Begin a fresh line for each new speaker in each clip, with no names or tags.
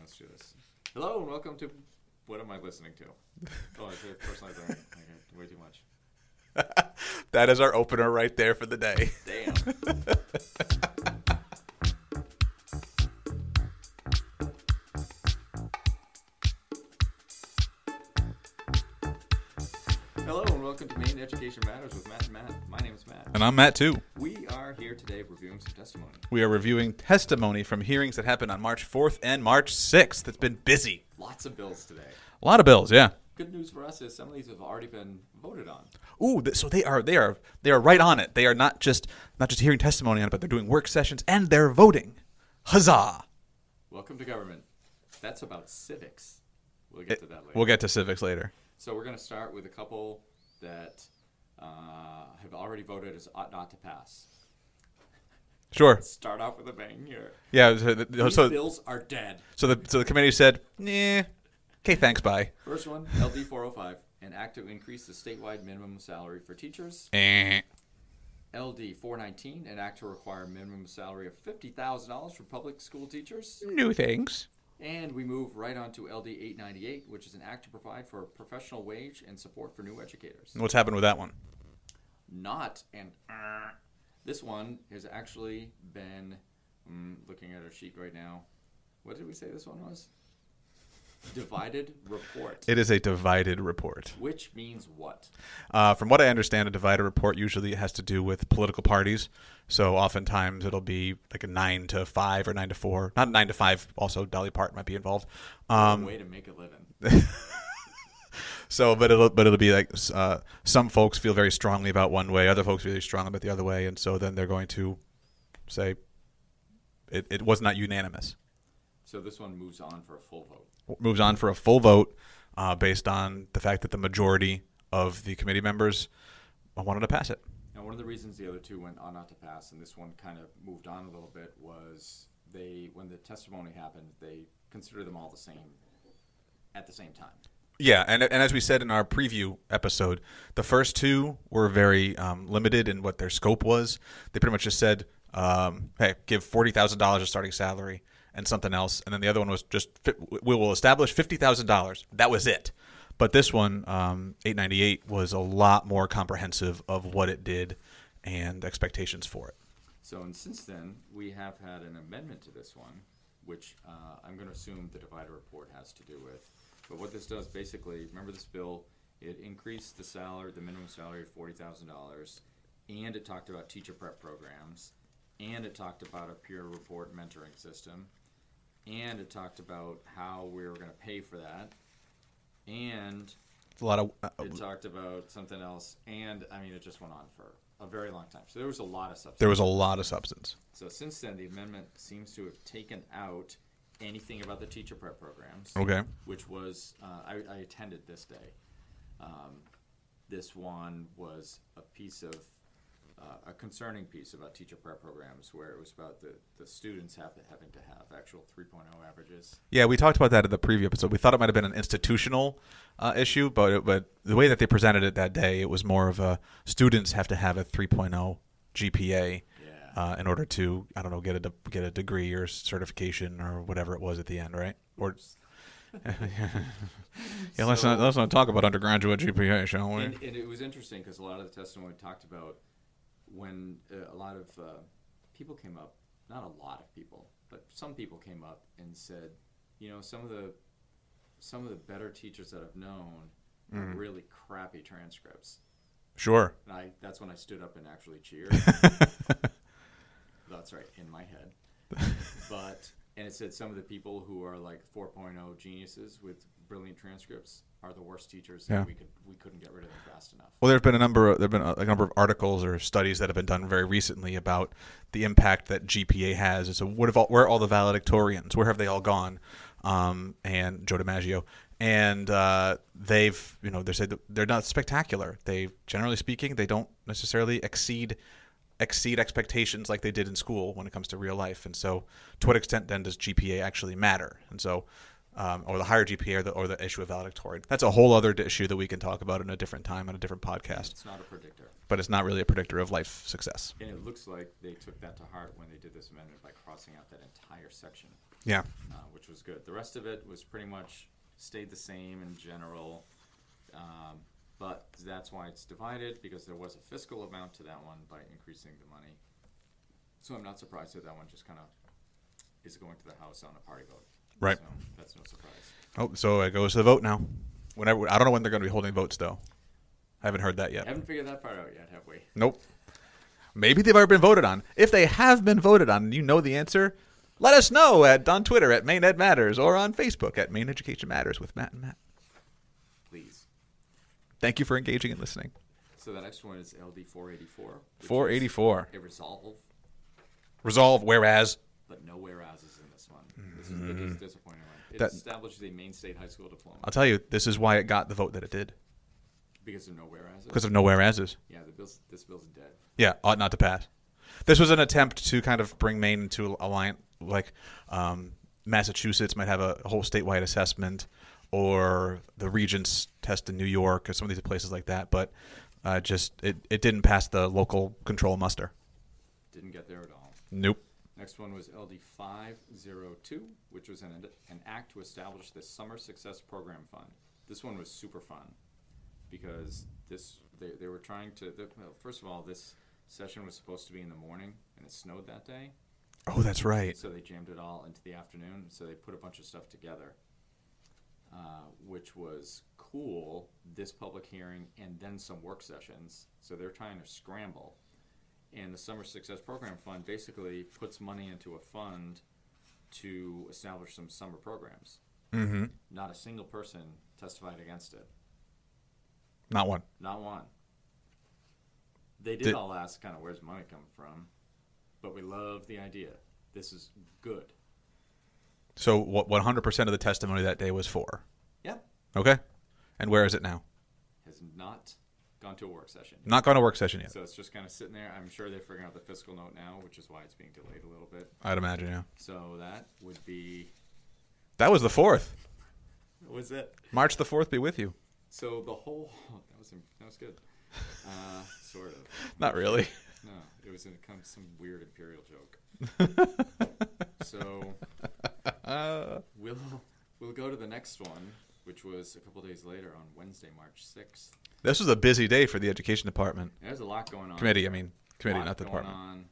Let's do this. Hello and welcome to what am I listening to? Oh, it's a personalized learning. Okay, way too much.
That is our opener right there for the day.
Damn. Hello and welcome to Maine Education Matters with Matt and Matt. My name is Matt.
And I'm Matt too.
We are here today reviewing some testimony.
We are reviewing testimony from hearings that happened on March 4th and March 6th. It's been busy.
Lots of bills today.
A lot of bills, yeah.
Good news for us is some of these have already been voted on.
Ooh, th- so they are they are they are right on it. They are not just not just hearing testimony on it, but they're doing work sessions and they're voting. Huzzah.
Welcome to government. That's about civics. We'll get to that later.
We'll get to civics later.
So we're going to start with a couple that uh, have already voted as ought not to pass.
Sure.
Start off with a bang here.
Yeah, so the,
These
so,
bills are dead.
so the so the committee said, "Nah. Okay, thanks, bye."
First one, LD 405, an act to increase the statewide minimum salary for teachers.
Eh.
LD 419, an act to require minimum salary of $50,000 for public school teachers.
No thanks.
And we move right on to LD 898, which is an act to provide for a professional wage and support for new educators.
What's happened with that one?
Not and uh, this one has actually been mm, looking at our sheet right now. What did we say this one was? Divided report,
It is a divided report.
which means what?
Uh, from what I understand, a divided report usually has to do with political parties. So oftentimes it'll be like a nine to five or nine to four, not nine to five. Also, Dolly Parton might be involved. Um,
Way to make a living.
so, but it'll but it'll be like uh, some folks feel very strongly about one way, other folks feel very strongly about the other way, and so then they're going to say it, it was not unanimous.
So this one moves on for a full vote.
moves on for a full vote uh, based on the fact that the majority of the committee members wanted to pass it.
Now, one of the reasons the other two went on not to pass, and this one kind of moved on a little bit, was they when the testimony happened, they considered them all the same at the same time.
Yeah, and and as we said in our preview episode, the first two were very um, limited in what their scope was. They pretty much just said, um, "Hey, give forty thousand dollars a starting salary and something else," and then the other one was just fi- we will establish fifty thousand dollars. That was it. But this one, um, eight ninety eight, was a lot more comprehensive of what it did and expectations for it.
So, and since then, we have had an amendment to this one, which uh, I'm going to assume the divider report has to do with. But what this does basically, remember this bill, it increased the salary, the minimum salary of forty thousand dollars, and it talked about teacher prep programs, and it talked about a peer report mentoring system, and it talked about how we were going to pay for that, and
It's a lot of uh,
it talked about something else, and I mean, it just went on for a very long time. So there was a lot of substance.
there was a lot of substance.
So since then, the amendment seems to have taken out anything about the teacher prep programs,
Okay,
which was uh, I, I attended this day. Um, this one was a piece of uh, a concerning piece about teacher prep programs, where it was about the, the students have, having to have actual 3.0 averages.
Yeah, we talked about that in the preview episode. We thought it might have been an institutional uh, issue, but it, but the way that they presented it that day, it was more of a students have to have a 3.0 GPA
Yeah.
uh, in order to I don't know get a de- get a degree or certification or whatever it was at the end, right? Or yeah, let's not
Mm-hmm. So-
let's not talk about undergraduate GPA, shall we?
And, and it was interesting because a lot of the testimony talked about when uh, a lot of uh, people came up, not a lot of people, but some people came up and said, you know, some of the some of the better teachers that I've known are really crappy transcripts.
sure.
And I that's when I stood up and actually cheered. that's right, in my head. but and it said some of the people who are like 4.0 geniuses with brilliant transcripts are the worst teachers
Yeah.
and we could we couldn't get rid of them fast enough.
Well, there have been a number of, there have been a, a number of articles or studies that have been done very recently about the impact that GPA has. And so, what have all, where are all the valedictorians? Where have they all gone? Um, and Joe DiMaggio, and uh, they've you know they said that they're not spectacular. They generally speaking they don't necessarily exceed exceed expectations like they did in school when it comes to real life. And so, to what extent then does GPA actually matter? And so, um, or the higher GPA or the, or the issue of valedictorian. That's a whole other issue that we can talk about in a different time on a different podcast,
It's not a predictor.
but it's not really a predictor of life success.
And it looks like they took that to heart when they did this amendment by crossing out that entire section.
Yeah.
uh, which was good. The rest of it was pretty much stayed the same in general. Um, but that's why it's divided because there was a fiscal amount to that one by increasing the money. So I'm not surprised that that one just kind of is going to the House on a party vote.
Right.
So that's no surprise.
Oh, so it goes to the vote now. Whenever I don't know when they're going to be holding votes though. I haven't heard that yet.
Haven't figured that part out yet, have we?
Nope. Maybe they've already been voted on. If they have been voted on and you know the answer, let us know at on Twitter at Maine Ed Matters or on Facebook at Maine Education Matters with Matt and Matt.
Please.
Thank you for engaging and listening.
So the next one is LD 484. which is
484.
A resolve,
Resolve whereas
but no whereases in this one. This is, it is disappointing. one. It
That- Uh,
establishes a main state high school diploma
I'll tell you this is why it got the vote that it did
because of no whereases.
because of no whereases.
Yeah, the bill's, this bill's dead.
Yeah, ought not to pass. This was an attempt to kind of bring Maine into alliance, like um, Massachusetts might have a whole statewide assessment, or the Regents test in New York, or some of these places like that. But uh, just it, it didn't pass the local control muster.
Didn't get there at all.
Nope.
Next one was LD 502, which was an, an act to establish the Summer Success Program Fund. This one was super fun because this they, they were trying to. The, well, first of all, this session was supposed to be in the morning and it snowed that day,
Oh, that's right.
so they jammed it all into the afternoon. So they put a bunch of stuff together, uh, which was cool. This public hearing and then some work sessions. So they're trying to scramble. And the Summer Success Program Fund basically puts money into a fund to establish some summer programs.
Mm-hmm.
Not a single person testified against it.
Not one.
Not one. They did
Did-
all ask kind of where's money coming from, but we love the idea. This is good.
So what? One hundred percent of the testimony that day was for.
Yep.
Okay. And where is it now?
Has not gone to a work session.
Not gone to work session yet.
So it's just kind of sitting there. I'm sure they're figuring out the fiscal note now, which is why it's being delayed a little bit.
I'd imagine. Yeah.
So that would be.
That was the fourth.
Was it?
March the fourth be with you.
So the whole. that was that was good. Uh, sort of.
Not really.
No, it was in kind of some weird imperial joke. so we'll we'll go to the next one, which was a couple days later on Wednesday, March sixth.
This was a busy day for the education department
There's a lot going on.
committee. I mean, committee,
Lot
not the
going
department.
On.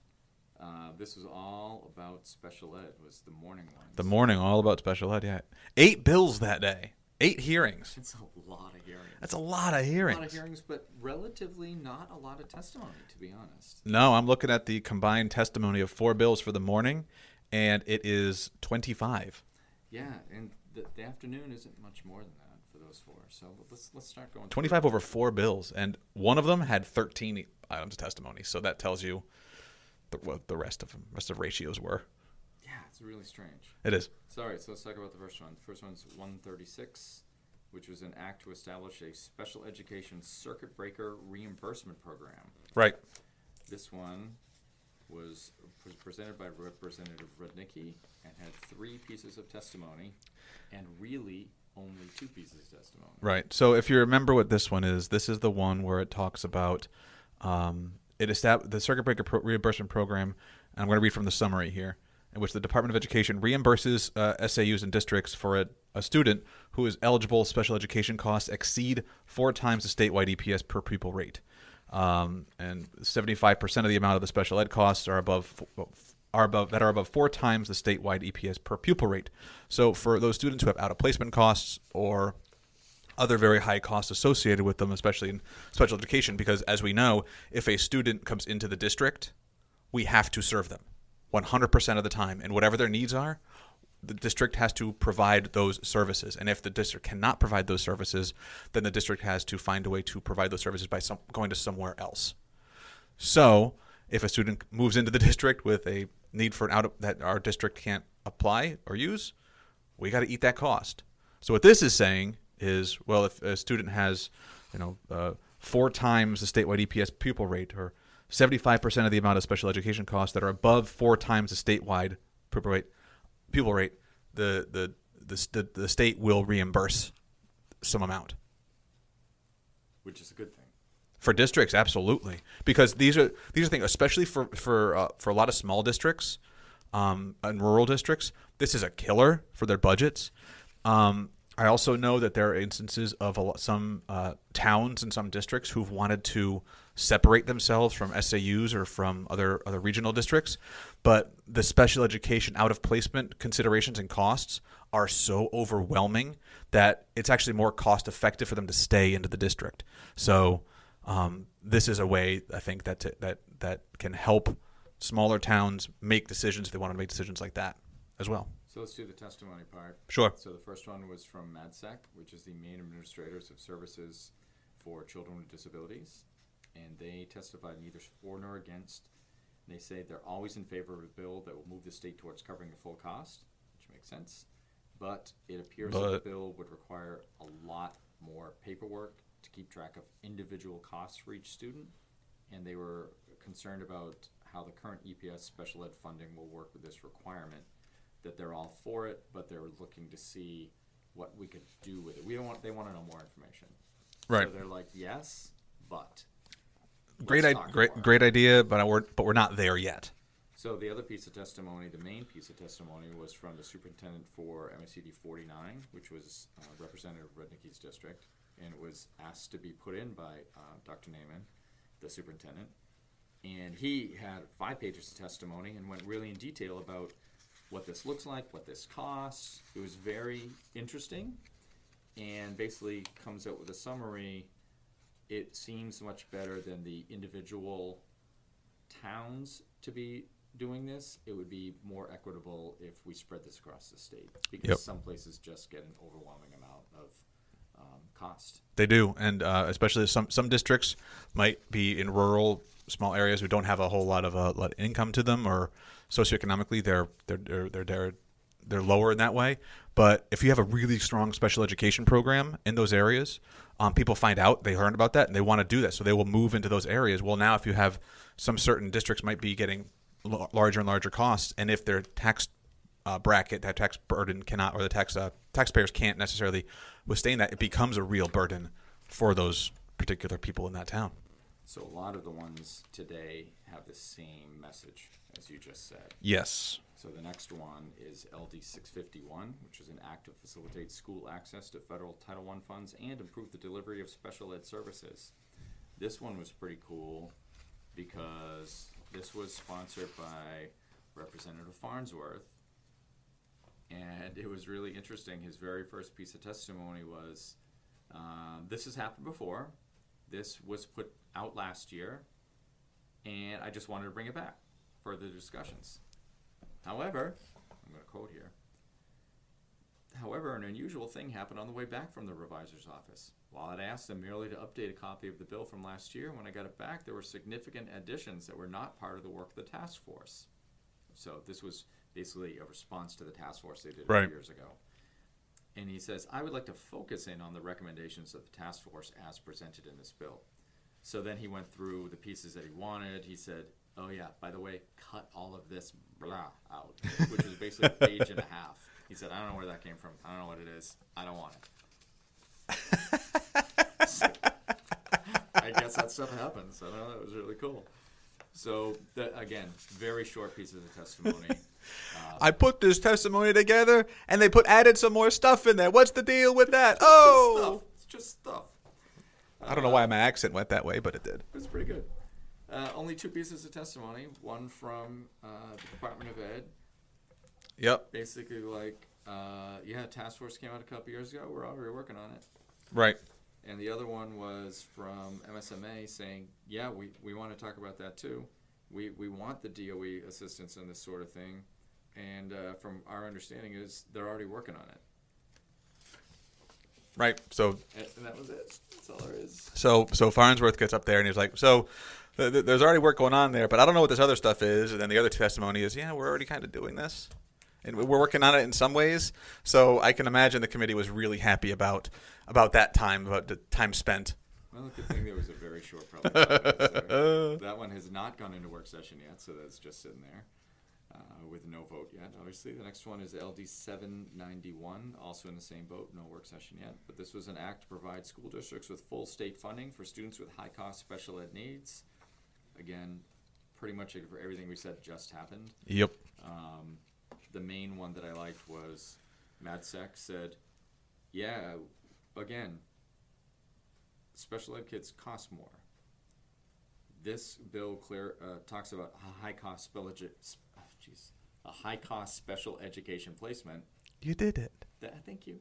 Uh, this was all about special ed. Was the morning one.
The morning, all about special ed. Yeah, eight bills that day, eight hearings.
It's a lot of hearings.
That's a lot of
a
hearings.
lot of hearings, but relatively not a lot of testimony, to be honest.
No, I'm looking at the combined testimony of four bills for the morning, and it is 25.
Yeah, and the, the afternoon isn't much more than that for those four. So let's let's start going. through.
25 over four bills, and one of them had 13 items of testimony. So that tells you the, what the rest of them, rest of ratios were.
Yeah, it's really strange.
It is.
Sorry, so let's talk about the first one. The first one's 136, which was an act to establish a special education circuit breaker reimbursement program.
Right.
This one was was presented by Representative Rudnicki and had three pieces of testimony, and really only two pieces of testimony.
Right. So if you remember what this one is, this is the one where it talks about um, it estab- the circuit breaker pro- reimbursement program. And I'm going to read from the summary here, in which the Department of Education reimburses uh, SAUs and districts for a, a student who is eligible special education costs exceed four times the statewide EPS per pupil rate. Um, and 75% of the amount of the special ed costs are above are above that are above four times the statewide EPS per pupil rate. So for those students who have out of placement costs or other very high costs associated with them, especially in special education, because as we know, if a student comes into the district, we have to serve them 100% of the time. And whatever their needs are, the district has to provide those services. And if the district cannot provide those services, then the district has to find a way to provide those services by some, going to somewhere else. So, if a student moves into the district with a need for an out that our district can't apply or use, we got to eat that cost. So, what this is saying is, well, if a student has, you know, uh, four times the statewide EPS pupil rate, or 75% of the amount of special education costs that are above four times the statewide pupil rate, pupil rate, the the the, the, the state will reimburse some amount.
which is a good thing.
For districts, absolutely, because these are these are things, especially for for uh, for a lot of small districts, um, and rural districts. This is a killer for their budgets. Um, I also know that there are instances of a lot, some uh, towns and some districts who've wanted to separate themselves from SAUs or from other other regional districts, but the special education out of placement considerations and costs are so overwhelming that it's actually more cost effective for them to stay into the district. So um, this is a way I think that that that can help smaller towns make decisions if they want to make decisions like that as well.
So let's do the testimony part.
Sure.
So the first one was from MADSEC, which is the Maine Administrators of Services for Children with Disabilities. And they testified neither for nor against. They say they're always in favor of a bill that will move the state towards covering the full cost, which makes sense. But it appears that
But-
the bill would require a lot more paperwork to keep track of individual costs for each student. And they were concerned about how the current EPS special ed funding will work with this requirement that they're all for it, but they're looking to see what we could do with it. We don't want, they want to know more information.
Right.
So they're like, yes, but.
Great,
let's
I-
talk
great,
more."
great idea, but I, we're but we're not there yet.
So the other piece of testimony, the main piece of testimony, was from the superintendent for MSCD 49, which was uh, Representative Rednicki's district, and it was asked to be put in by uh, Dr. Naiman, the superintendent. And he had five pages of testimony and went really in detail about what this looks like, what this costs. It was very interesting, and basically comes out with a summary. It seems much better than the individual towns to be doing this, it would be more equitable if we spread this across the state.
Yep.
Because some places just get an overwhelming amount of um, cost.
They do, and uh, especially some some districts might be in rural small areas who don't have a whole lot of uh, lot of income to them, or socioeconomically they're they're they're they're, they're they're lower in that way, but if you have a really strong special education program in those areas, um, people find out they learn about that and they want to do that, so they will move into those areas. Well, now if you have some certain districts might be getting l- larger and larger costs, and if their tax uh, bracket, that tax burden cannot, or the tax uh, taxpayers can't necessarily withstand that. It becomes a real burden for those particular people in that town.
So a lot of the ones today have the same message as you just said.
Yes.
So the next one is LD 651, which is an act to facilitate school access to federal Title I funds and improve the delivery of special ed services. This one was pretty cool because this was sponsored by Representative Farnsworth. And it was really interesting. His very first piece of testimony was um, this has happened before, this was put out last year, and I just wanted to bring it back for the discussions. However, I'm going to quote here. However, an unusual thing happened on the way back from the revisor's office. While I'd asked them merely to update a copy of the bill from last year, when I got it back, there were significant additions that were not part of the work of the task force. So this was basically a response to the task force they did a few
Right.
years ago. And he says, I would like to focus in on the recommendations of the task force as presented in this bill. So then he went through the pieces that he wanted. He said, "Oh yeah, by the way, cut all of this blah out," which was basically a page and a half. He said, "I don't know where that came from. I don't know what it is. I don't want it." So, I guess that stuff happens. I don't know. It was really cool. So that, again, very short pieces of testimony.
I put this testimony together and they put added some more stuff in there. What's the deal with that? Oh,
stuff. It's just stuff.
I don't know why my accent went that way, but it did.
It was pretty good. Uh, only two pieces of testimony. One from uh, the Department of Ed,
Yep.
basically like, uh, yeah, task force came out a couple years ago. We're already working on it.
Right.
And the other one was from MSMA saying, yeah, we, we want to talk about that too. We, we want the DOE assistance in this sort of thing. And uh, from our understanding is they're already working on it.
Right. So
And, and that was it. That's all there is.
So so Farnsworth gets up there and he's like, so th- th- there's already work going on there, but I don't know what this other stuff is. And then the other testimony is, yeah, we're already kind of doing this. And we- we're working on it in some ways, so I can imagine the committee was really happy about about that time, about the time spent.
Well, good thing there was a very short public.
Uh.
comment. that one has not gone into work session yet, so that's just sitting there uh, with no vote yet. Obviously, the next one is LD seven ninety one, also in the same boat, no work session yet. But this was an act to provide school districts with full state funding for students with high cost special ed needs. Again, pretty much everything we said just happened.
Yep.
Um, the main one that I liked was Matt Sack said, "Yeah, again, special ed kids cost more. This bill clear uh, talks about a high cost spell edu- sp- oh, jeez, a high cost special education placement.
You did it.
Th- thank you,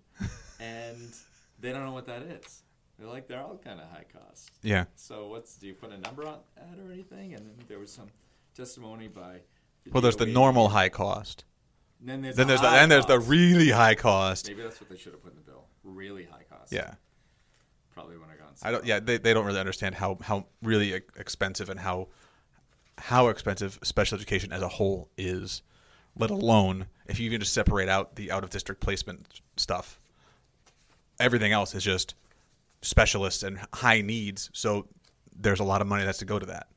and they don't know what that is. They're like they're all kind of high cost.
Yeah.
So what's do you put a number on that or anything? And then there was some testimony by.
Well, there's the
DOE.
normal high cost.
And Then there's
Then there's the
high
then there's the
cost.
really high cost.
Maybe that's what they should have put in the bill. Really high cost.
Yeah.
Probably when I got.
I don't. Yeah, they, they don't really understand how how really e- expensive and how how expensive special education as a whole is. Let alone if you even just separate out the out of district placement stuff. Everything else is just specialists and high needs. So there's a lot of money that's to go to that.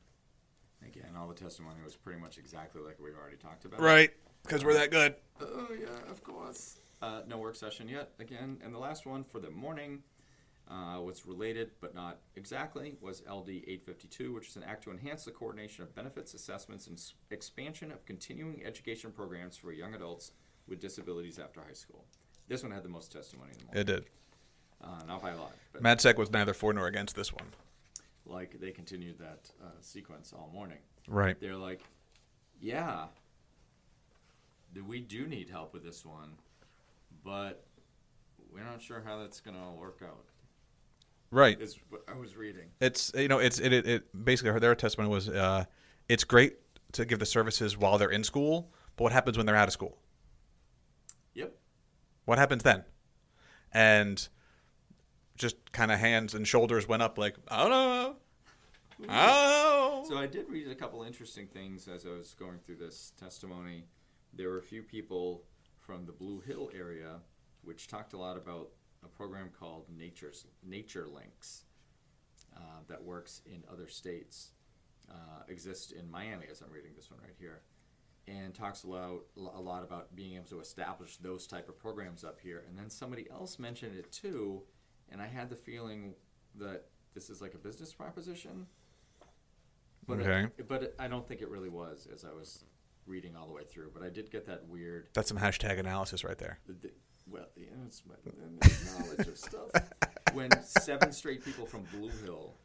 Again, all the testimony was pretty much exactly like we already talked about.
Right. Because we're that good.
Oh yeah, of course. Uh, no work session yet. Again, and the last one for the morning, uh, what's related but not exactly, was LD 852, which is an act to enhance the coordination of benefits, assessments, and s- expansion of continuing education programs for young adults with disabilities after high school. This one had the most testimony in the morning,
It did.
uh, not by a lot, but
MadSec was neither for nor against this one.
like they continued that uh, sequence all morning.
Right.
They're like, yeah, th- we do need help with this one, but we're not sure how that's going to work out.
Right.
Is what I was reading.
it's you know it's it, it, it basically her, their testimony was uh, it's great to give the services while they're in school but what happens when they're out of school
Yep.
what happens then and just kind of hands and shoulders went up like i don't know oh
So I did read a couple interesting things as I was going through this testimony. There were a few people from the Blue Hill area which talked a lot about a program called Nature's Nature Links uh, that works in other states, uh, exists in Miami as I'm reading this one right here, and talks a lot, a lot about being able to establish those type of programs up here. And then somebody else mentioned it too, and I had the feeling that this is like a business proposition. But it-
Okay.
but it- I don't think it really was as I was reading all the way through. But I did get that weird.
that's some hashtag analysis right there
The, the, well, the it's my my knowledge of stuff. When seven straight people from Blue Hill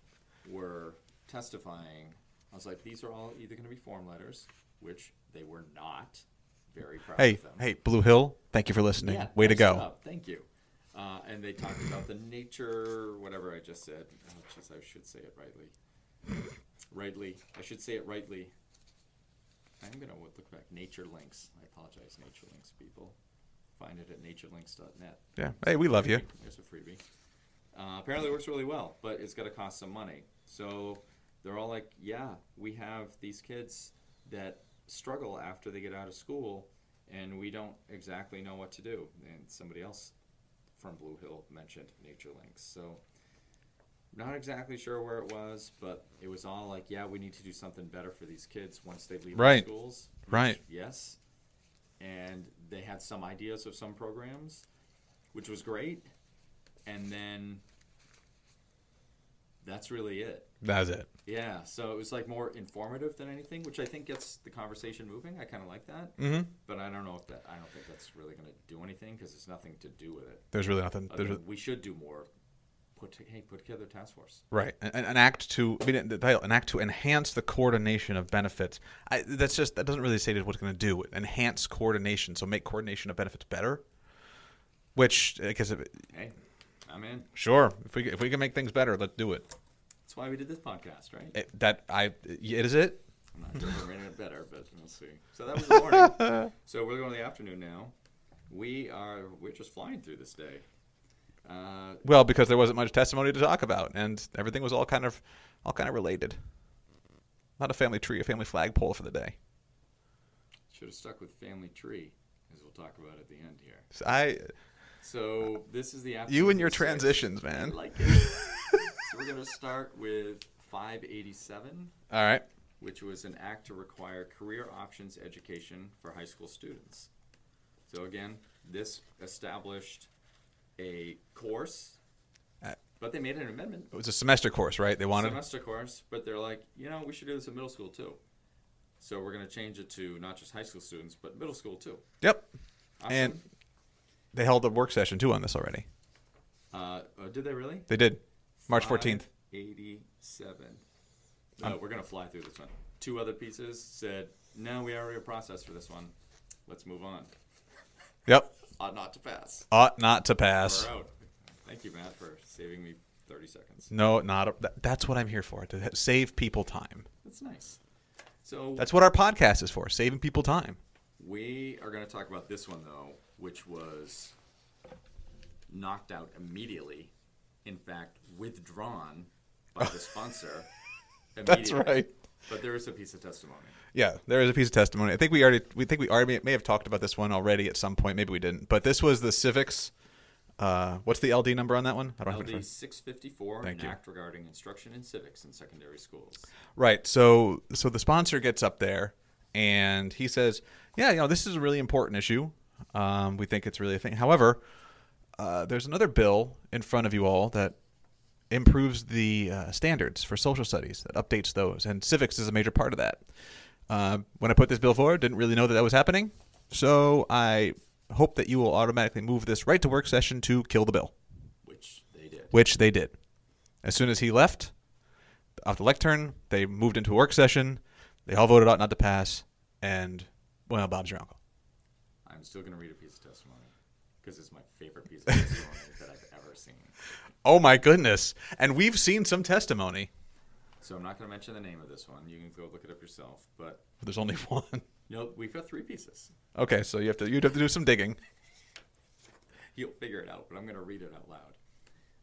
were testifying, I was like, these are all either going to be form letters, which they were not. Very proud
hey
of them.
hey blue hill thank you for listening
Yeah,
way to
nice
go
job. Thank you. Uh, and they talked about the nature, whatever I just said. Oh, jeez, I should say it rightly. rightly. I should say it rightly. I'm going to look back. Nature Links. I apologize, Nature Links people. Find it at naturelinks.net.
yeah hey we love you
There's a freebie. Uh, apparently it works really well, but it's going to cost some money. So they're all like, yeah, we have these kids that struggle after they get out of school, and we don't exactly know what to do. And somebody else from Blue Hill mentioned Nature Links. So not exactly sure where it was, but it was all like, yeah, we need to do something better for these kids once they leave
Right.
our schools. which,
Right.
Yes. And they had some ideas of some programs, which was great. And then that's really it.
that's it
Yeah, so it was like more informative than anything, which I think gets the conversation moving. I kind of like that,
mm-hmm.
but I don't know if that. I don't think that's really going to do anything because it's nothing to do with it.
there's really nothing
Other
there's,
than we should do more. Put to, hey, put together a task force.
Right, an, an an act to I mean the title, an act to enhance the coordination of benefits. I, that's just that doesn't really say what it's going to do. Enhance coordination, so make coordination of benefits better. Which I guess if,
Hey, I'm in.
sure, if we if we can make things better, let's do it.
That's why we did this podcast, right?
It- that I it is it.
I'm not sure if I'm rating it better, but we'll see. So that was the morning. so we're going to the afternoon now. We are we're just flying through this day. Uh,
Well, because there wasn't much testimony to talk about, and everything was all kind of all kind of related. Not a family tree, a family flagpole for the day.
should have stuck with family tree, as we'll talk about at the end here.
So I
So this is the afternoon.
you and your
of the sixth.
transitions,
I
man.
like it. so we're gonna start with 587,
All right.
which was an act to require career options education for high school students. So again, this established a course,
Uh,
but they made an amendment
It was a semester course, right? They wanted
semester course, but they're like, you know, we should do this in middle school too. So we're going to change it to not just high school students, but middle school too.
Yep.
Awesome.
And they held a work session too on this already.
uh, oh, did they really?
They did. March Um, 14th.
87. Uh, we're going to fly through this one. Two other pieces said, no, we already have a process for this one. Let's move on.
Yep.
Ought not to pass.
Ought not to pass.
We're out. Thank you, Matt, for saving me 30 seconds.
No, not a, that, that's what I'm here for to ha- save people time.
That's nice. So
That's what our podcast is for, saving people time.
we are going to talk about this one, though, which was knocked out immediately. In fact, withdrawn by the sponsor.
That's
immediately.
right.
But there is a piece of testimony.
Yeah, there is a piece of testimony. I think we already we think we already may have talked about this one already at some point. Maybe we didn't. But this was the civics. Uh, what's the LD number on that one? I don't have it in
LD
front-
six fifty-four,
Thank
an
you.
act regarding instruction in civics in secondary schools.
Right. So so the sponsor gets up there and he says, "Yeah, you know, this is a really important issue. Um, we think it's really a thing. However, uh, there's another bill in front of you all that improves the uh, standards for social studies that updates those, and civics is a major part of that. Uh, when I put this bill forward, didn't really know that that was happening, so I hope that you will automatically move this right to work session to kill the bill."
Which they did.
which they did. As soon as he left off the lectern, they moved into a work session. They all voted out not to pass, and well, Bob's your uncle.
I'm still going to read a piece of testimony because it's my favorite piece of testimony that I've ever seen.
Oh my goodness! And we've seen some testimony.
So I'm not going to mention the name of this one. You can go look it up yourself. But
There's only one.
no, we've got three pieces.
Okay, so you have to you'd have to do some digging.
You'll figure it out, but I'm going to read it out loud.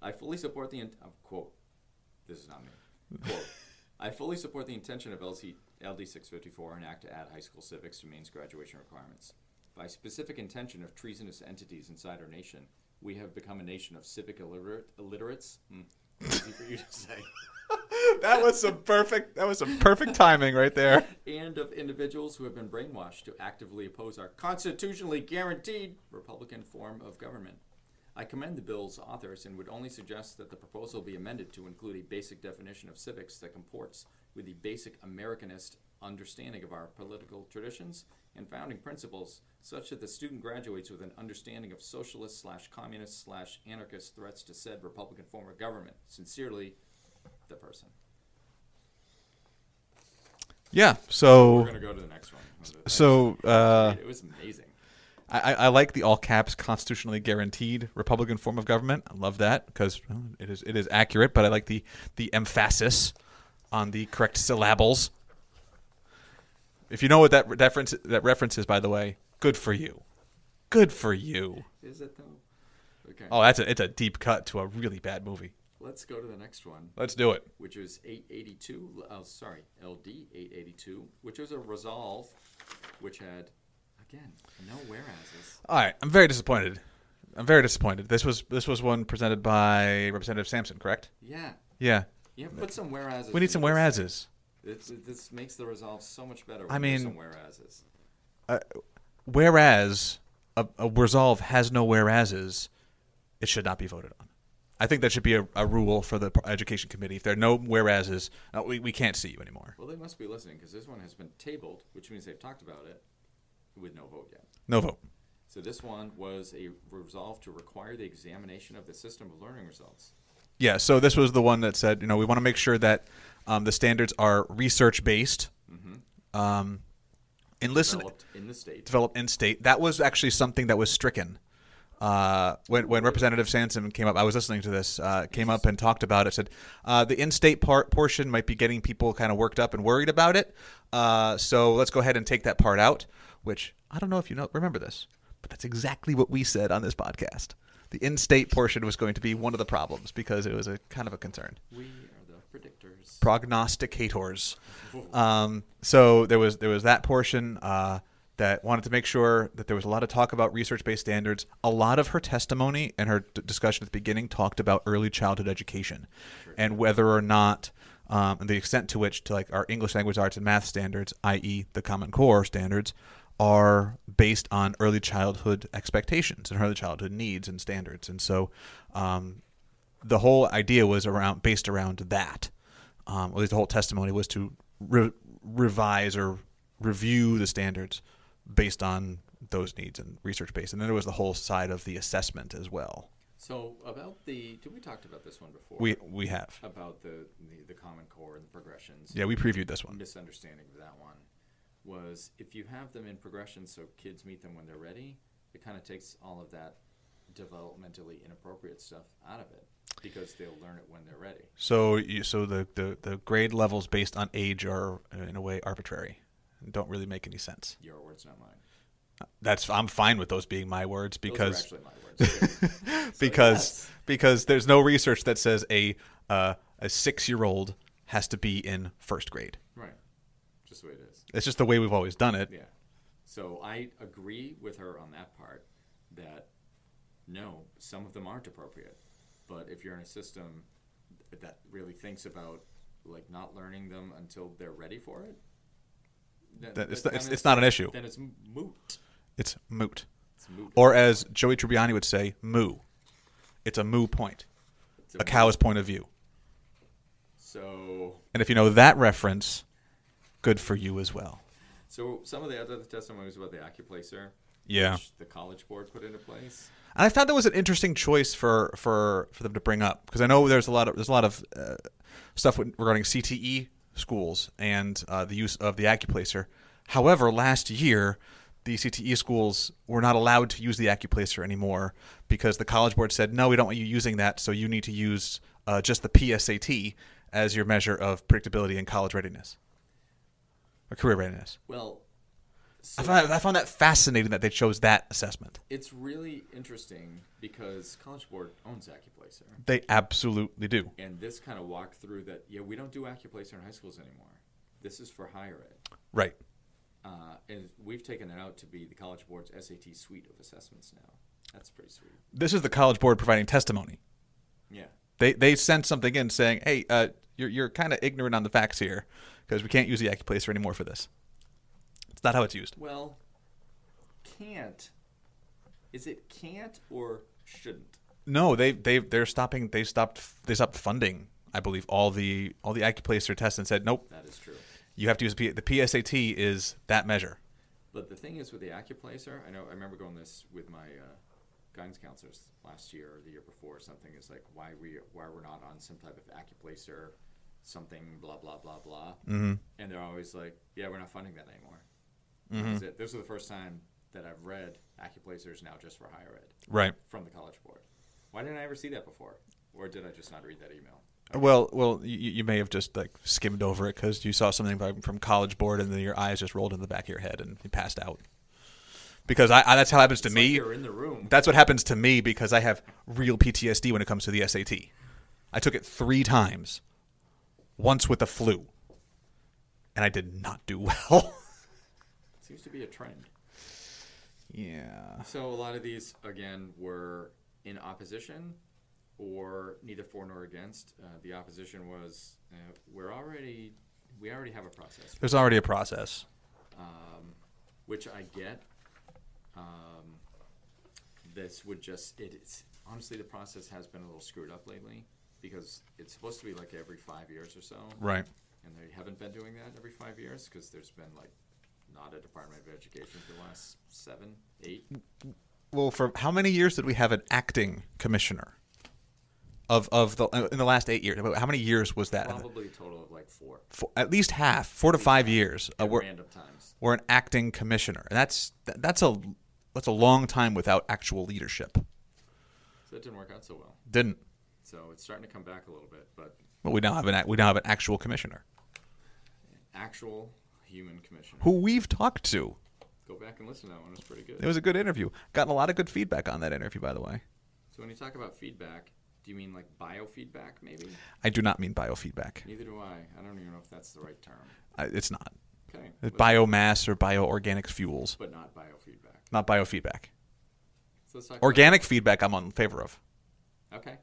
I fully support the in- uh, quote. This is not me. Quote. I fully support the intention of LC- LD 654 and Act to add high school civics to Maine's graduation requirements. By specific intention of treasonous entities inside our nation, we have become a nation of civic illiterate, illiterates. Hmm, easy for you to say.
That was some perfect. That was some perfect timing right there.
and of individuals who have been brainwashed to actively oppose our constitutionally guaranteed Republican form of government. I commend the bill's authors and would only suggest that the proposal be amended to include a basic definition of civics that comports with the basic Americanist understanding of our political traditions and founding principles, such that the student graduates with an understanding of socialist slash communist slash anarchist threats to said Republican form of government. Sincerely, the person.
Yeah.
We're
So
going to go to the next one.
so uh,
it was amazing.
I, I I like the all caps constitutionally guaranteed Republican form of government. I love that because well, it is it is accurate, but I like the the emphasis on the correct syllables. If you know what that reference that reference is, by the way, good for you, good for you.
Is it though? Okay.
Oh, that's a it's a deep cut to a really bad movie.
Let's go to the next one,
Let's do it.
which is 882. Oh, sorry, LD 882, which was a resolve, which had, again, no whereases.
All right, I'm very disappointed. I'm very disappointed. This was this was one presented by Representative Sampson, correct?
Yeah.
Yeah.
Yeah. Put some whereases.
We need some
in this.
whereases.
It's- it- this makes the resolve so much better. When
I
there's
mean-
some whereases.
whereas a, a resolve has no whereases, it should not be voted on. I think that should be a, a rule for the education committee. If there are no whereases, uh, we, we can't see you anymore.
Well, they must be listening because this one has been tabled, which means they've talked about it with no vote yet.
No vote.
So this one was a resolve to require the examination of the system of learning results.
Yeah, so this was the one that said, you know, we want to make sure that um, the standards are research based. Um, and listen,
developed in the state.
develop in state. That was actually something that was stricken. Uh, when, when Representative Sansom came up, I was listening to this, uh, came up and talked about it, said uh, the in state part portion might be getting people kind of worked up and worried about it. Uh, so let's go ahead and take that part out, which I don't know if you know, remember this, but that's exactly what we said on this podcast. The in state portion was going to be one of the problems because it was a kind of a concern
We are the predictors.
prognosticators. Um, so there was there was that portion uh, that wanted to make sure that there was a lot of talk about research-based standards. A lot of her testimony and her d- discussion at the beginning talked about early childhood education and whether or not um, and the extent to which to like our English language arts and math standards, i.e., the Common Core standards. Are based on early childhood expectations and early childhood needs and standards, and so um, the whole idea was around based around that. Um, at least the whole testimony was to re- revise or review the standards based on those needs and research based. And then there was the whole side of the assessment as well.
So about the, did we talked about this one before?
We we have.
about the, the the Common Core and the progressions.
Yeah, we previewed this one.
Misunderstanding of that one was if you have them in progression, so kids meet them when they're ready. It kind of takes all of that developmentally inappropriate stuff out of it because they'll learn it when they're ready.
So you, so the, the the grade levels based on age are uh, in a way arbitrary and don't really make any sense.
Your words, not mine.
That's I'm fine with those being my words because
Those are actually my words. too.
because
yes.
because there's no research that says a uh, a six year old has to be in first grade.
right, just the way it is.
It's just the way we've always done it.
Yeah. So I agree with her on that part that no, some of them aren't appropriate. But if you're in a system th- that really thinks about like not learning them until they're ready for it, then,
That it's,
then
it's, it's not an issue.
then it's moot.
It's moot.
It's moot.
Or as Joey Tribbiani would say, moo. It's a moo point,
It's a
a cow's point of view.
So
And if you know that reference, good for you as well.
so some of the other testimonies about the acuplacer,
Yeah.
which the college board put into place.
And I thought that was an interesting choice for for for them to bring up because I know there's a lot of there's a lot of uh, stuff with- regarding CTE schools and uh, the use of the acuplacer. However, last year the CTE schools were not allowed to use the acuplacer anymore because the college board said no, we don't want you using that, so you need to use uh, just the PSAT as your measure of predictability in college readiness or career readiness.
Well, so
I found, I found that fascinating that they chose that assessment.
it's really interesting because College Board owns Acuplacer.
They absolutely do.
and this kind of walked through that yeah we don't do acuplacer in high schools anymore this is for higher ed
Right.
uh, and we've taken it out to be the college board's sat suite of assessments now that's pretty sweet
this is the college board providing testimony.
yeah
They they sent something in saying, "Hey, uh, you're you're kind of ignorant on the facts here because we can't use the acuplacer anymore for this. It's not how it's used.
well can't is it can't or shouldn't
No, they they they're stopping. They stopped they stopped funding. I believe all the all the acuplacer tests and said, "Nope,
that is true
you have to use P- the PSAT is that measure."
But the thing is with the acuplacer, I know I remember going this with my uh, guidance counselors last year or the year before. or Something is like why we why we're not on some type of acuplacer, something blah blah blah blah. Mm-hmm. And they're always like, yeah, we're not funding that anymore. That's it. Those are the first time that I've read acuplacers now just for higher ed
Right.
from the college board. Why didn't I ever see that before? Or did I just not read that email?
Well, well, you, you may have just like skimmed over it because you saw something from, from College Board, and then your eyes just rolled in the back of your head and you passed out. Because I, I that's how it happens to
It's like
me.
you're in the room.
That's what happens to me because I have real PTSD when it comes to the SAT. I took it three times, once with the flu, and I did not do well.
Seems to be a trend.
yeah.
So a lot of these, again, were in opposition or neither for nor against. Uh, the opposition was, uh, we're already, we already have a process,
There's already a process.
which I get. Um, this would just, it is, honestly, the process has been a little screwed up lately because it's supposed to be like every five years or so.
Right.
And they haven't been doing that every five years because there's been like not a Department of Education for the last seven, eight.
Mm, Well, for how many years did we have an acting commissioner? Of, of the uh, in the last eight years, how many years was that?
Probably a total of like four
Four, at least half, four to five years. Uh,
at
we're,
random times.
we're an acting commissioner, and that's that, that's a that's a long time without actual leadership.
So that didn't work out so well.
Didn't
So it's starting to come back a little bit, but
Well, we now have an act- we now have an actual commissioner
actual human commissioner.
who we've talked to.
Go back and listen to that one. It's pretty
It
good.
was a good interview. Gotten a lot of good feedback on that interview, by the way.
So when you talk about feedback, do you mean like biofeedback maybe?
I do not mean biofeedback.
Neither do I. I don't even know if that's the right term.
I, it's not.
Okay.
It's
but,
biomass or bioorganic fuels,
but not biofeedback.
not biofeedback.
So let's talk
Organic feedback, I'm in favor of.
about- okay.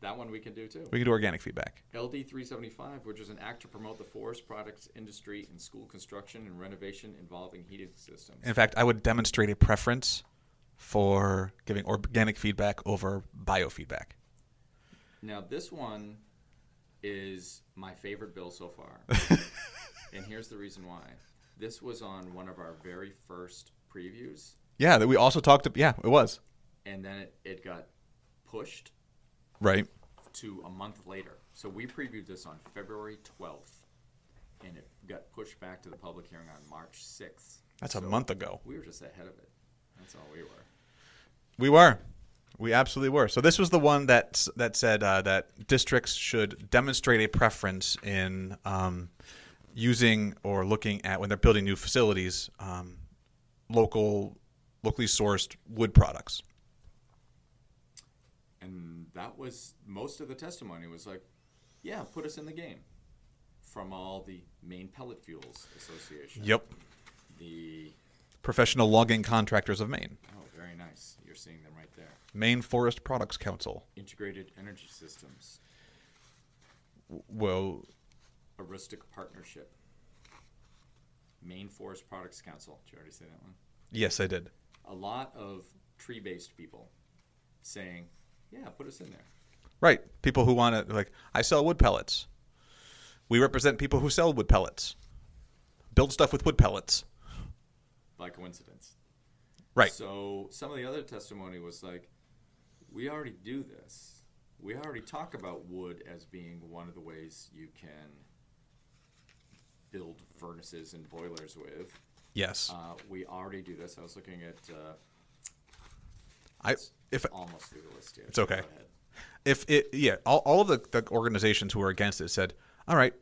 That one we can do too.
We can do organic feedback.
LD 375, which is an act to promote the forest products industry in school construction and renovation involving heating systems.
In fact, I would demonstrate a preference for giving organic feedback over biofeedback.
Now this one is my favorite bill so far, and here's the reason why. This was on one of our very first previews,
Yeah, that we also talked. ab- Yeah, it was
and then it, it got pushed
right.
to a month later. So we previewed this on February 12th, and it got pushed back to the public hearing on March 6th.
That's a
So
month ago.
We were just ahead of it. That's all we were.
We were. We absolutely were. So this was the one that that said uh, that districts should demonstrate a preference in um, using or looking at when they're building new facilities, um, local, locally sourced wood products.
And that was most of the testimony was like, yeah, put us in the game from all the Maine Pellet Fuels Association.
Yep.
The,
Professional logging contractors of Maine,
oh, very nice. You're seeing them right there.
Maine Forest Products Council.
Integrated Energy Systems,
Well,
Aristic Partnership, Maine Forest Products Council. Did you already say that one?
yes, I did.
a lot of tree based people saying, Yeah, put us in there.
Right. People who want to like I sell wood pellets. We represent people who sell wood pellets. Build stuff with wood pellets.
By coincidence.
Right.
So some of the other testimony was like, We already do this. We already talk about wood as being one of the ways you can build furnaces and boilers with.
Yes.
Uh, we already do this. I was looking at uh,
I if
almost through the list here.
It's okay.
Go ahead.
if it yeah all, all of the, the organizations who are against it said all right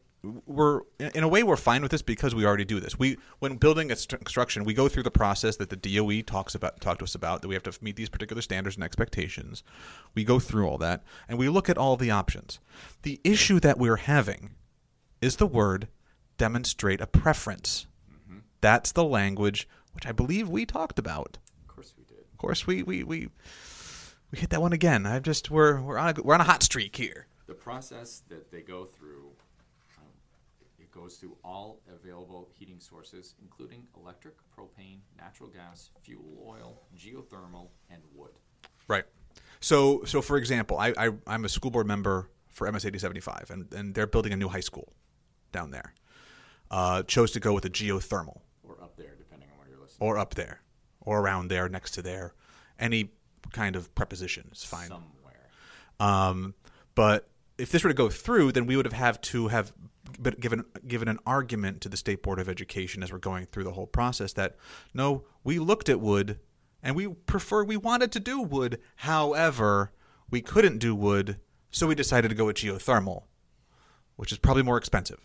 we're in a way we're fine with this because we already do this we when building a stru- construction we go through the process that the doe talks about talked to us about that we have to meet these particular standards and expectations we go through all that and we look at all the options the issue that we're having is the word demonstrate a preference that's the language which i believe we talked about
Of course we did.
of course we we we, we hit that one again. I've just we're we're on a, we're on a hot streak here.
the process that they go through, um, it goes through all available heating sources, including electric, propane, natural gas, fuel oil, geothermal, and wood.
Right. So so for example, I, I I'm a school board member for MS eighty seventy five, and and they're building a new high school down there. Uh, chose to go with a geothermal
Or up there, depending on where you're listening.
or up there or around there next to there, any kind of preposition is fine.
Somewhere.
Um, but if this were to go through, then we would have have to have been given given an argument to the state board of education as we're going through the whole process that no, we looked at wood and we prefer we wanted to do wood. However, we couldn't do wood, so we decided to go with geothermal, which is probably more expensive.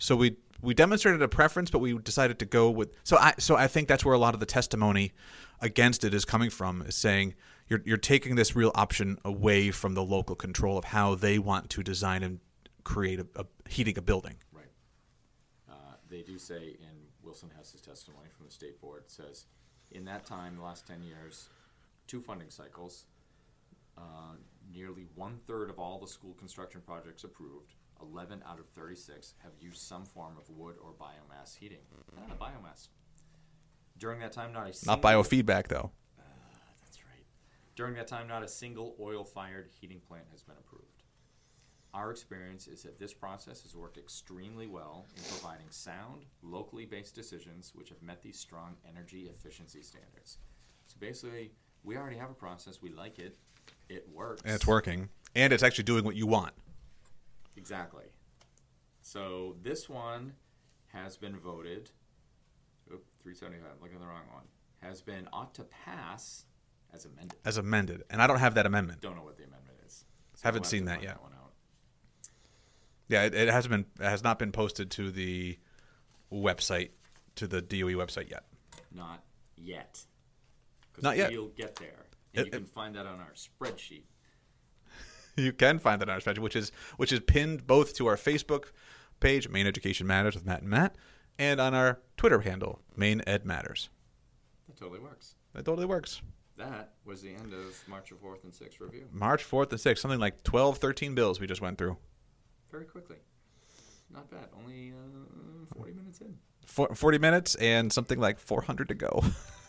So we we demonstrated a preference, but we decided to go with. So I so I think that's where a lot of the testimony against it is coming from, is saying you're you're taking this real option away from the local control of how they want to design and create a, a heating a building.
Right. Uh, They do say in Wilson Hess's testimony from the state board, it says, in that time, the last ten years, two funding cycles, uh, nearly one-third of all the school construction projects approved, eleven out of thirty-six have used some form of wood or biomass heating. Ah, biomass. During that time, not a single.
Not biofeedback though.
That's right. During that time, not a single oil fired heating plant has been approved. Our experience is that this process has worked extremely well in providing sound, locally based decisions which have met these strong energy efficiency standards. So basically, we already have a process. We like it. It works.
And it's working, and it's actually doing what you want.
Exactly. So this one has been voted. Oop, 375. I'm looking at the wrong one. Has been ought to pass as amended.
As amended, and I don't have that amendment.
Don't know what the amendment is. So
Haven't
we'll have
seen
to
that
find
yet.
one out.
Yeah, it, it hasn't been it has not been posted to the website to the DOE website yet.
Not yet. 'Cause
Not yet.
We'll get there. And
It-
you can find that on our spreadsheet.
you can find that on our spreadsheet, which is which is pinned both to our Facebook page, Maine Education Matters with Matt and Matt, and on our Twitter handle, Maine Ed Matters.
That totally works.
That totally works.
That was the end of March of 4th and 6th review.
March 4th and 6th, something like 12, 13 bills we just went through.
Very quickly. Not bad. Only uh, 40 minutes in.
For, 40 minutes and something like 400 to go.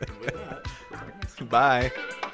And with that, we'll talk next time.
Bye.